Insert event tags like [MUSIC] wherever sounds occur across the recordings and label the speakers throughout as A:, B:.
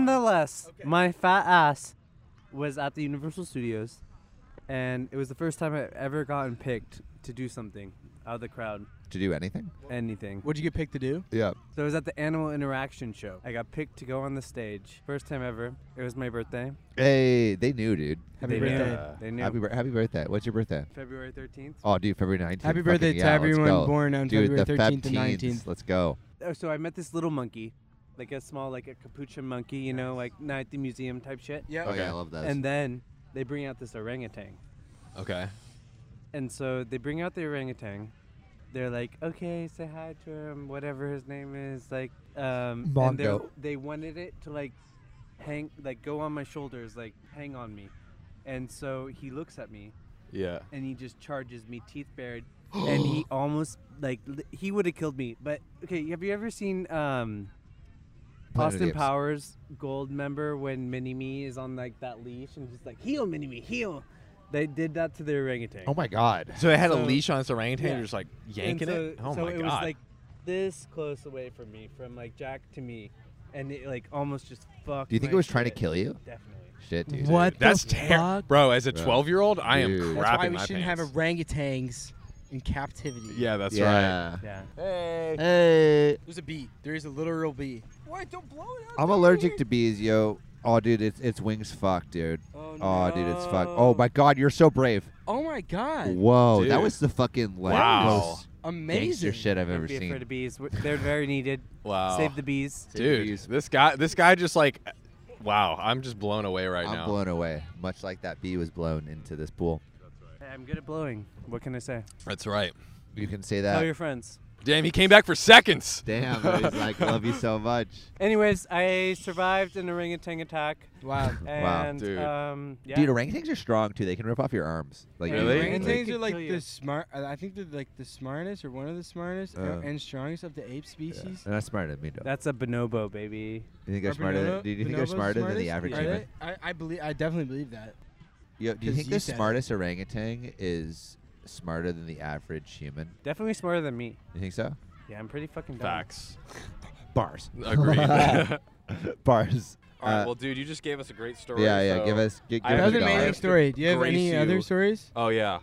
A: Nonetheless,
B: Okay.
A: my fat ass was at the Universal Studios, and it was the first time I ever gotten picked to do something out of the crowd,
C: To do anything?
A: anything.
B: What'd you get picked to do?
C: Yeah.
A: So it was at the Animal Interaction Show. I got picked to go on the stage, first time ever. It was my birthday.
C: Hey, they knew, dude.
A: Happy
B: birthday.
A: They knew.
C: Happy, bir- happy birthday. What's your birthday?
A: February 13th.
C: Oh, dude, February 19th.
B: Happy
C: Fucking
B: birthday to
C: yeah, let's
B: everyone
C: go.
B: born on
C: Dude,
B: February
C: the
B: 13th to
C: 15th.
B: 19th.
C: Let's go.
A: Oh, so I met this little monkey, like a small, like a capuchin monkey, you know, like not at the museum type shit.
B: Yeah.
C: Oh, yeah, I love those.
A: And then they bring out this orangutan.
D: Okay.
A: And so they bring out the orangutan. They're like, okay, say hi to him, whatever his name is, like, um, and they're-
C: Mongo.
A: they wanted it to like hang, like go on my shoulders, like hang on me. And so he looks at me
D: Yeah.
A: and he just charges me teeth bared,
C: [GASPS]
A: and he almost like li- he would have killed me. But okay, have you ever seen um,
C: Planet of the
A: Austin
C: Apes.
A: Powers Gold member when Mini Me is on like that leash and he's like heal Mini Me heal? They did that to the orangutan.
C: Oh, my God.
D: So it had
A: So-
D: a leash on its orangutan.
A: yeah.
D: You're just like yanking
A: And
D: it. Oh
A: so
D: my
A: it
D: god.
A: was like this close away from me, from like Jack to me, and it like almost just fucked.
C: Do you think
A: my
C: it was trying to
A: shit.
C: kill you?
A: Definitely.
C: Shit, dude.
B: What the
D: That's terrible,
B: fuck?
D: bro. As a
C: Bro.
D: 12 year old, I am
C: Dude. That's
D: crapping
B: That's why we
D: my
B: shouldn't
D: pants.
B: have orangutans in captivity.
D: yeah, that's right.
C: yeah.
A: Yeah.
B: Hey.
C: Hey.
B: There's a bee. There is a literal bee. Wait, don't blow it
C: I'm allergic to bees, yo. Oh, dude, it's it's wings fuck, dude.
A: Oh,
C: Oh, dude, it's fuck. Oh my God, you're so brave.
B: Oh my god.
C: Whoa, that
D: Dude.
C: was the fucking like
D: Wow.
C: most
B: Amazing.
C: gangster shit I've ever
A: be afraid
C: seen. Oh.
A: of bees. We're- They're very
C: [LAUGHS]
A: needed.
D: Wow.
A: Save the bees.
D: Dude, this guy, this guy just like, wow. I'm just blown away right
C: I'm
D: now.
C: blown away, much like that bee was blown into this pool.
A: Hey, I'm good at blowing. What can I say?
D: That's right.
C: You can
B: Oh,
C: say
A: Tell
C: that.
A: your friends.
D: Damn, he came back for seconds.
B: [LAUGHS]
C: Damn, it was like love you so much.
A: Anyways, I survived an orangutan attack.
B: Wow.
C: [LAUGHS] Wow,
A: And,
D: dude.
A: Um, yeah.
C: Dude, orangutans are strong too. They can rip off your arms. Like
D: Really?
C: easily. Like,
D: Orangutans
B: Orangutans are
A: could
B: like
A: kill
B: the
A: you.
B: smart. uh, I think they're like the smartest or one of the smartest
C: Uh.
B: and strongest of the ape
C: yeah.
B: species.
C: They're not smarter than me, though.
A: That's a bonobo, baby.
C: You think they're
B: Are
C: smarter? Than,
B: bonobo-
C: do you think they're
B: bonobos
C: smarter than the
B: smartest?
C: average
B: Are
C: human?
B: they? I, I believe. I definitely believe that.
C: Yo, do you
B: 'Cause
C: think
B: you
C: the
B: said it.
C: smartest orangutan is smarter than the average human?
A: Definitely smarter than me.
C: You think so?
A: Yeah, I'm pretty fucking dumb.
D: Facts.
C: [LAUGHS] Bars.
D: Agreed.
C: Uh,
D: All
C: Bars.
D: right,
C: Uh,
D: well, dude, you just gave us a great story.
C: yeah, yeah.
D: so-
C: Give us. gi- Give,
D: I
B: That
C: us a
B: was an
D: have
C: dollar.
B: amazing
D: to
B: story. Do you have
D: grace
B: any other
D: you.
B: stories,
D: Oh yeah.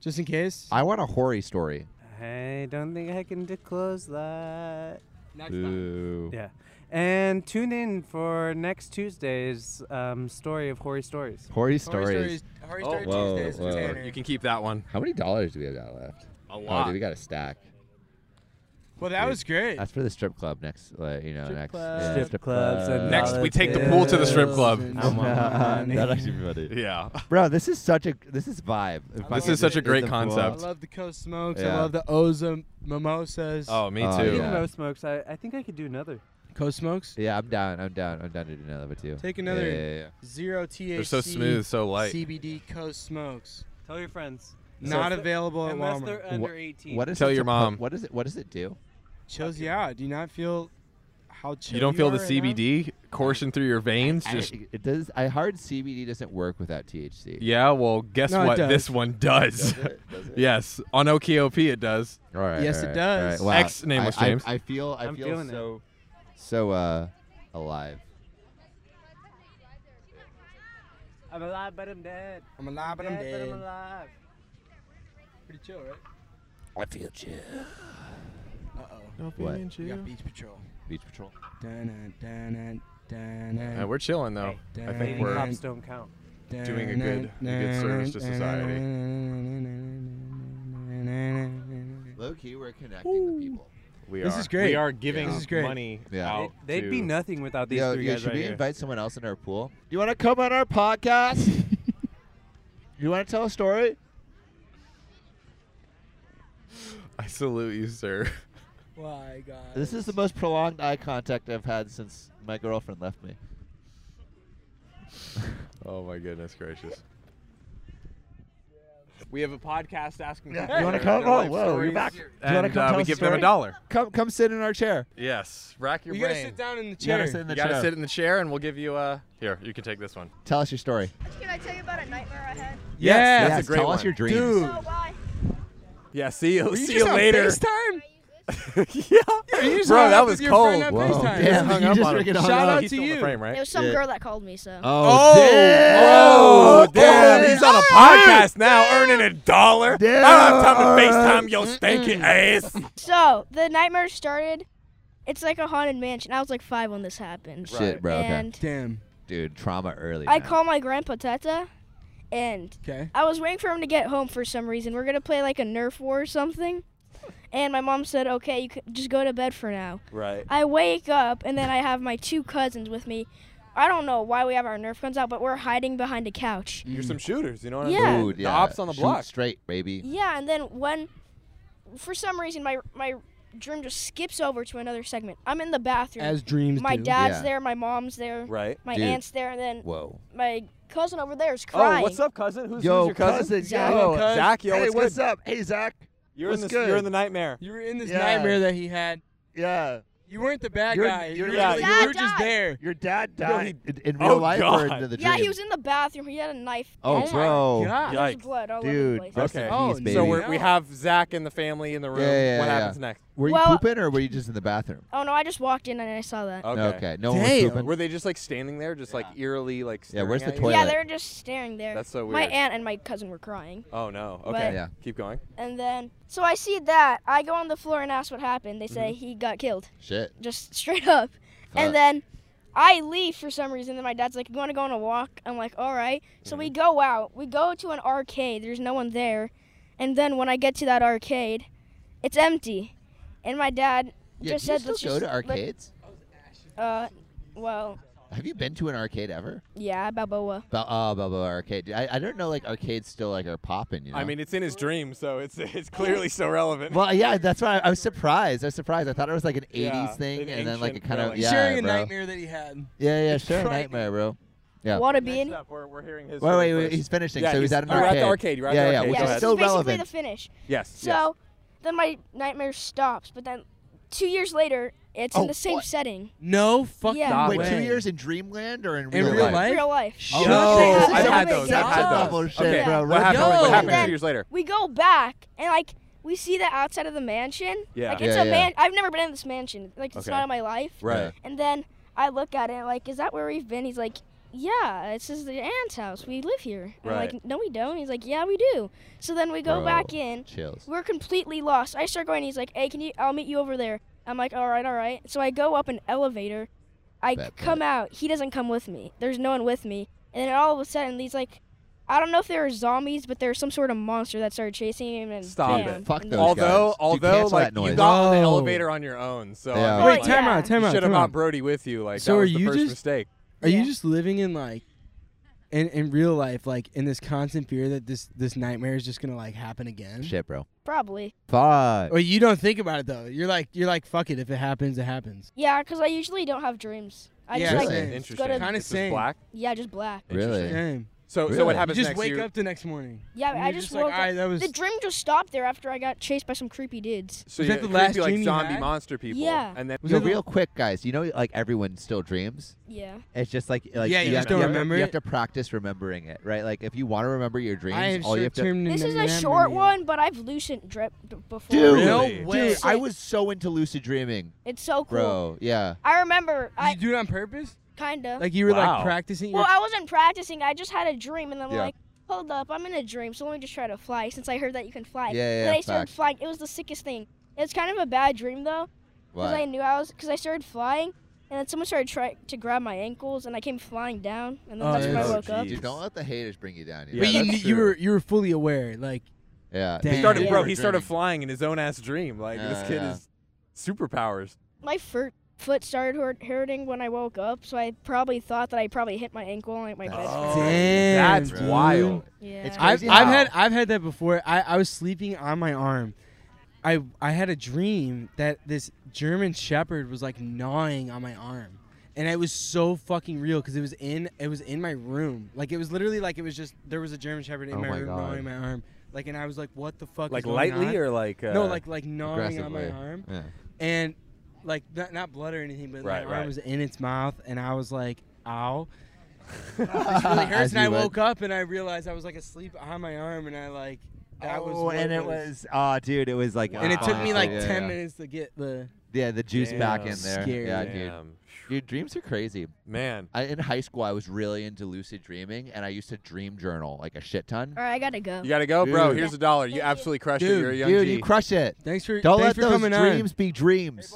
B: just in case?
C: I want a hoary story.
A: I don't think I can disclose that.
B: Next time.
C: Ooh.
A: Yeah. And tune in for next Tuesday's um, story of horror stories.
C: Hoary
B: Horror
C: stories.
B: stories. Horror
D: Oh,
B: story
C: whoa,
B: Tuesdays with
C: whoa.
B: Tanner.
D: You can keep that one.
C: How many dollars do we have got left?
D: A
C: Oh,
D: lot.
C: dude, we got a stack.
B: well, that was great.
C: That's for the strip club next. Uh, you know,
B: Strip
C: next.
B: club.
C: yeah,
A: Strip clubs and
D: Next, we take the pool to the strip
A: [LAUGHS]
D: club.
B: I'm on.
C: That'd actually be funny.
D: yeah.
C: Bro, this is such a this is vibe.
B: This is
D: such a
C: In
D: great
C: the pool.
B: I
D: concept.
B: love the Coast Smokes.
C: Yeah.
B: I love the Oza Mimosas.
D: Oh, me
C: Oh,
D: too.
A: Even
C: yeah.
A: though smokes, I, I think I could do another.
B: Coast Smokes.
C: Yeah, I'm down. I'm down. I'm down to do another one too.
B: Take another-
C: Yeah, yeah, yeah.
B: Zero THC.
D: They're so smooth, so light.
B: CBD Coast Smokes.
A: Tell your friends.
B: Not available at
A: unless they're
B: Walmart.
A: under
C: What-
A: 18.
C: What is
D: Tell
C: it
D: your
C: suppo-
D: mom.
C: What does it? What does it do?
B: Chills you out. Do you not feel how chill
D: you don't feel
B: are
D: the
B: right
D: CBD coursing through your veins?
C: I-
D: Just
C: it does. I heard CBD doesn't work without THC.
D: yeah. Well, guess
B: No, it
D: what?
B: does.
D: This one does. [LAUGHS] yes, on OKOP it does.
C: All right.
B: Yes,
C: all
B: it
C: right,
B: does.
C: all right. Wow.
D: Ex Nameless
C: I, I-
D: James.
C: I, feel. I
A: I'm
C: feel
A: feeling it.
C: so so uh alive.
A: I'm alive, but I'm dead.
B: now? I'm alive, Ah, but I'm
A: Dead, but
B: dead.
A: I'm alive.
B: Pretty chill, right?
C: I feel chill.
B: Uh oh.
C: What?
B: We got Beach Patrol.
C: Beach Patrol.
B: Dun dun dun
D: Yeah, we're chilling though. I think
A: Dating
D: we're.
A: cops don't count.
D: doing a good- a good service to society.
C: Low key, we're connecting with people.
D: We
B: This
D: are.
B: is great.
D: We are giving
B: This is great.
D: money
C: Yeah.
D: out.
A: They'd
D: to-
A: be nothing without these
C: Yo,
A: three
C: yo,
A: guys
C: should
A: right
C: we
A: here.
C: invite someone else in our pool? Do you want to come on our podcast? you want to tell a story?
D: I salute you, sir. [LAUGHS]
B: Why, God?
C: This is the most prolonged eye contact I've had since my girlfriend left me.
D: Oh my goodness gracious. We have a podcast asking.
C: You want to come? Oh, whoa, you're back. you want to
D: And
C: come
D: uh,
C: tell
D: we
C: us
D: give
C: a
D: them a
C: story?
D: dollar.
C: Come, come sit in our chair.
D: Yes. Rack your
B: You
D: brain.
B: gotta sit down in the
C: You gotta
B: chair.
C: sit in the
D: You gotta
C: chair.
D: sit in the chair, and we'll give you a. Here, you can take this one.
C: Tell us your story.
E: Can I tell you about a nightmare I had?
B: Yes,
D: that's a great
C: tell
D: one.
C: us your dreams.
B: Dude.
E: Oh, why?
D: Yeah. See you.
B: Were you
D: see
B: just
D: you
B: on
D: later.
B: FaceTime?
E: I use this
D: yeah.
B: [LAUGHS] You just
D: Bro,
B: hung
D: that
B: up
D: was
B: with
D: cold.
B: Your friend
C: Whoa.
B: on FaceTime.
C: Yeah,
D: Hung
C: you
D: up
C: just
D: on him.
C: freaking hung
B: Shout
C: up.
B: out
D: He's
B: to
D: still in the
B: you.
D: frame, right?
E: It was some
C: Yeah.
E: girl that called me, so.
C: Oh,
D: Oh,
C: damn.
D: damn.
C: Oh,
D: He's on a podcast now earning a dollar.
C: Damn.
D: I don't have time to FaceTime your stinking ass.
E: So the nightmare started. It's like a haunted mansion. I was like five when this happened.
C: Shit, bro. Okay.
E: And
B: Damn.
C: Dude, trauma early.
E: I
C: man.
E: call my grandpa Teta, and
B: Okay.
E: I was waiting for him to get home for some reason. We're gonna play like a Nerf war or something. And my mom said, "Okay, you can just go to bed for now."
D: Right.
E: I wake up and then I have my two cousins with me. I don't know why we have our Nerf guns out, but we're hiding behind a couch.
D: You're some shooters, you know what
E: Yeah.
D: I mean?
C: Dude,
D: the
C: yeah.
D: ops on the
C: Shoot
D: block.
C: straight, baby.
E: Yeah, and then when, for some reason, my my dream just skips over to another segment. I'm in the bathroom.
B: As dreams
E: my
B: do.
E: dad's
C: Yeah.
E: there, my mom's there,
D: Right.
E: my
C: Dude.
E: aunt's there, and then
C: Whoa.
E: my cousin over there is crying.
D: Oh, what's up, cousin? Who's,
C: Yo,
D: who's your cousin?
E: Zach.
C: yo.
D: Yo, Zach, yo,
C: hey,
D: what's
C: what's
D: good?
C: up? Hey, Zach.
D: You're
C: What's
D: in the
C: good?
D: you're in the nightmare.
B: You were in this
C: Yeah.
B: nightmare that he had.
C: Yeah.
B: You weren't the bad
C: You're-
B: guy.
C: you're-
B: you were,
D: Yeah,
B: just,
E: you-
B: you were just
E: Dad died.
B: there.
C: Your dad
D: Yo,
C: died in, in
D: Oh,
C: real life or
D: God.
C: in the dream?
E: Yeah, he was in the bathroom. He had a knife.
C: Oh,
E: my
C: bro.
B: God.
E: God, There's
D: Yikes.
E: blood all over
C: Dude,
E: the place.
C: rest in
D: Okay.
B: Oh,
C: peace,
B: no.
C: baby.
D: So we
B: No.
D: we have Zach and the family in the room.
C: Yeah, yeah,
D: what
C: yeah.
D: happens next?
C: were you
E: Well-
C: pooping or were you just in the bathroom?
E: Oh no, I just walked in and I saw
D: Oh,
E: that.
C: No one was
D: Damn.
C: pooping.
D: Were they just like standing there, just like eerily, like?
C: Yeah, where's
D: staring
C: the
D: at you?
E: yeah,
C: toilet.
E: they were just staring there.
D: That's so
E: My
D: weird.
E: aunt and my cousin were crying.
D: Oh no.
E: But-
D: Okay.
C: Yeah.
D: Keep going.
E: And then, so I see that. I go on the floor and ask what happened. They
C: Mm-hmm.
E: say he got killed,
C: Shit.
E: just [LAUGHS] straight up.
C: Fuck.
E: And then I leave for some reason. Then my dad's like, You want to go on a walk? I'm like, All right. So
C: Mm-hmm.
E: we go out. We go to an arcade. There's no one there. And then when I get to that arcade, it's empty. And my dad
C: Yeah,
E: just
C: do you
E: said, Let's
C: still go
E: just
C: to
E: let-
C: arcades?
E: uh, well,
C: Have you been to an arcade ever?
E: yeah, Balboa.
C: Bel- oh, Balboa Arcade. I, I don't know, like, arcades still, like, are popping, you know?
D: I mean, it's in his dream, so it's it's clearly so relevant.
C: Well, yeah, that's why I, I was surprised. I was surprised. I thought it was, like, an 80s
D: Yeah,
C: thing,
D: an
C: and then, like, it
D: ancient
C: kind of,
D: relic.
C: yeah,
B: sharing a
C: bro.
B: nightmare that he had.
C: Yeah, yeah, sure,
B: Frightening.
C: nightmare, bro. Yeah.
E: Wanna be
D: Next
E: in?
D: up, we're, we're hearing his.
C: Wait,
D: story
C: wait, wait,
D: first.
C: he's finishing.
D: Yeah,
C: so he's
D: he's-
C: at an
D: you're
C: arcade.
D: at the arcade, you're at the
C: yeah, yeah,
D: arcade,
C: which
D: go
C: is
E: Yeah,
D: ahead.
E: so
C: still
E: it's basically
C: relevant.
E: the finish.
D: Yes. yes.
E: So then my nightmare stops, but then two years later, it's
C: Oh,
E: in the same
C: what?
E: setting.
B: No fucking
E: Yeah.
C: Wait, two
B: way.
C: years in Dreamland or in
B: In
C: real
B: real
C: life?
B: life?
E: Real life.
B: Oh,
D: Yo,
B: shit.
D: I've had
B: Oh my
D: those. I've had
B: God.
D: those.
C: Double shit,
D: okay.
C: bro.
D: What happened?
B: Yo.
D: What happened
E: Then-
D: two years later?
E: We go back and like we see the outside of the mansion.
D: Yeah.
E: Like it's
C: Yeah,
E: a
C: yeah.
E: man. I've never been in this mansion. Like it's
D: Okay.
E: not in my life.
D: Right.
E: And then I look at it like, is that where we've been? He's like, yeah, this is the aunt's house. We live here. And I'm
D: Right.
E: like, no, we don't. He's like, yeah, we do. So then we go
C: Bro.
E: back in.
C: Chills.
E: We're completely lost. I start going. He's like, "Hey, can you? I'll meet you over there." I'm like, "All right, all right." So I go up an elevator. I
C: Bet,
E: come out. He doesn't come with me. There's no one with me. And then all of a sudden, these like, I don't know if they were zombies, but there was some sort of monster that started chasing him. And
D: Stop
E: bam.
D: it.
C: Fuck
E: And
C: those
E: then-
D: although,
C: guys. Dude,
D: although,
C: cancel
D: like
C: that noise.
D: you got on the
B: Whoa.
D: elevator on your own, so
C: Yeah.
D: I mean,
C: Well,
B: Wait,
D: like,
B: time
E: yeah.
B: out, time
D: you
B: out.
D: should
B: time
D: have brought
B: out.
D: Brody with you. Like
B: So
D: that
B: are
D: was the
B: you
D: first
B: just-
D: mistake.
B: Are you
E: Yeah.
B: just living in like in, in real life, like in this constant fear that this this nightmare is just gonna like happen
E: Mm-hmm.
B: again?
C: Shit, bro.
E: Probably.
B: [LAUGHS]
C: Fuck.
B: Well, you don't think about it though. You're like you're like fuck it. If it happens, it happens.
E: Yeah, because I usually don't have dreams. I
B: Yeah,
E: just
C: really?
E: like,
D: Interesting.
E: Kinda
D: It's just
B: same.
D: black.
E: yeah, just black.
C: Really?
D: Interesting.
B: Damn.
D: So, so
C: Really?
D: what
C: You
B: You
D: happens
B: just
D: next?
B: wake
D: You-
B: up the next morning.
E: Yeah,
B: And
E: I
B: you're
E: just,
B: like,
E: woke
B: all right,
E: up.
B: that was
E: The dream just stopped there after I got chased by some creepy dudes.
D: So
B: Was
D: you
B: that the
D: creepy,
B: last
D: like
B: dream you
D: zombie
B: had?
D: monster people?
E: Yeah.
D: And then
B: Was
C: Yo,
B: it the-
C: real quick, guys. You know, like everyone still dreams.
E: Yeah.
C: It's just like, like
B: Yeah, you
C: have
D: just
C: to-
D: don't
C: have to-
B: remember
C: You
B: it.
C: have to practice remembering it, right? Like if you want to remember your dreams,
B: I have
C: all you have
B: short
C: to.
B: term
E: This is a short one, but I've lucid dreamt b- before.
C: Dude,
D: Really?
B: no way.
C: dude, I was so into lucid dreaming,
E: It's so cool.
C: bro. Yeah.
E: I remember. I
B: you do it on purpose?
E: Kinda.
B: Like you were
D: Wow.
B: like practicing. your-
E: well, I wasn't practicing. I just had a dream, and I'm
C: Yeah.
E: like, hold up, I'm in a dream, so let me just try to fly. Since I heard that you can fly.
C: Yeah, yeah,
E: And
C: yeah,
E: I started
C: facts.
E: flying. It was the sickest thing. It was kind of a bad dream though, because I
C: Why?
E: knew I was, because I started flying, and then someone started trying to grab my ankles, and I came flying down, and then
B: Oh,
E: that's when I
B: yeah.
E: woke up.
C: Dude, don't let the haters bring you down. You
D: Yeah,
B: but you,
C: know?
D: that's
B: knew- you
D: true.
B: were you were fully aware. Like
C: yeah.
B: Damn.
D: he started,
E: Yeah.
D: bro. He started
C: Dreaming.
D: flying in his own ass dream. Like this
C: Yeah,
D: kid
C: yeah.
D: is superpowers.
E: My fir- foot started hurt- hurting when I woke up, so I probably thought that I probably hit my ankle on like my bed.
B: Oh, Damn,
D: that's
B: dude.
D: wild.
E: Yeah.
C: It's
B: I've,
C: crazy
B: I've
C: how-
B: had I've had that before. I, I was sleeping on my arm. I I had a dream that this German Shepherd was like gnawing on my arm, and it was so fucking real because it was in it was in my room. Like it was literally like it was just there was a German Shepherd in
C: Oh
B: my,
C: my
B: room
C: God.
B: gnawing my arm. Like and I was like, what the fuck? is
D: Like
B: going
D: lightly
B: on?
D: or like uh,
B: no, like like gnawing on my
C: Aggressively.
B: arm [LAUGHS]
C: Yeah.
B: and like not, not blood or anything, but
D: Right,
B: my arm
D: right.
B: was in its mouth, and I was like, ow. this really hurts.
C: [LAUGHS] As
B: [LAUGHS] and I
C: you would.
B: woke up and I realized I was like asleep on my arm, and I like That was
C: oh,
B: what
C: and it was, oh, dude, it was like,
B: And it took me like
C: yeah,
B: 10
C: yeah.
B: minutes to get the.
C: Yeah, the juice back in
F: Damn.
C: there.
B: Scary.
C: Yeah, dude.
F: Damn.
C: Dude, dreams are crazy.
F: Man.
C: I, in high school, I was really into lucid dreaming, and I used to dream journal like a shit ton.
E: All right, I gotta go.
D: You gotta go, bro.
C: Dude.
D: Here's a dollar. You
E: Thank you.
D: absolutely crushed
B: Dude,
D: it. You're a young
C: Dude,
D: G.
C: you crush it.
B: Thanks for
C: Don't
B: thanks
C: let
B: for
C: those
B: coming on.
C: dreams be dreams.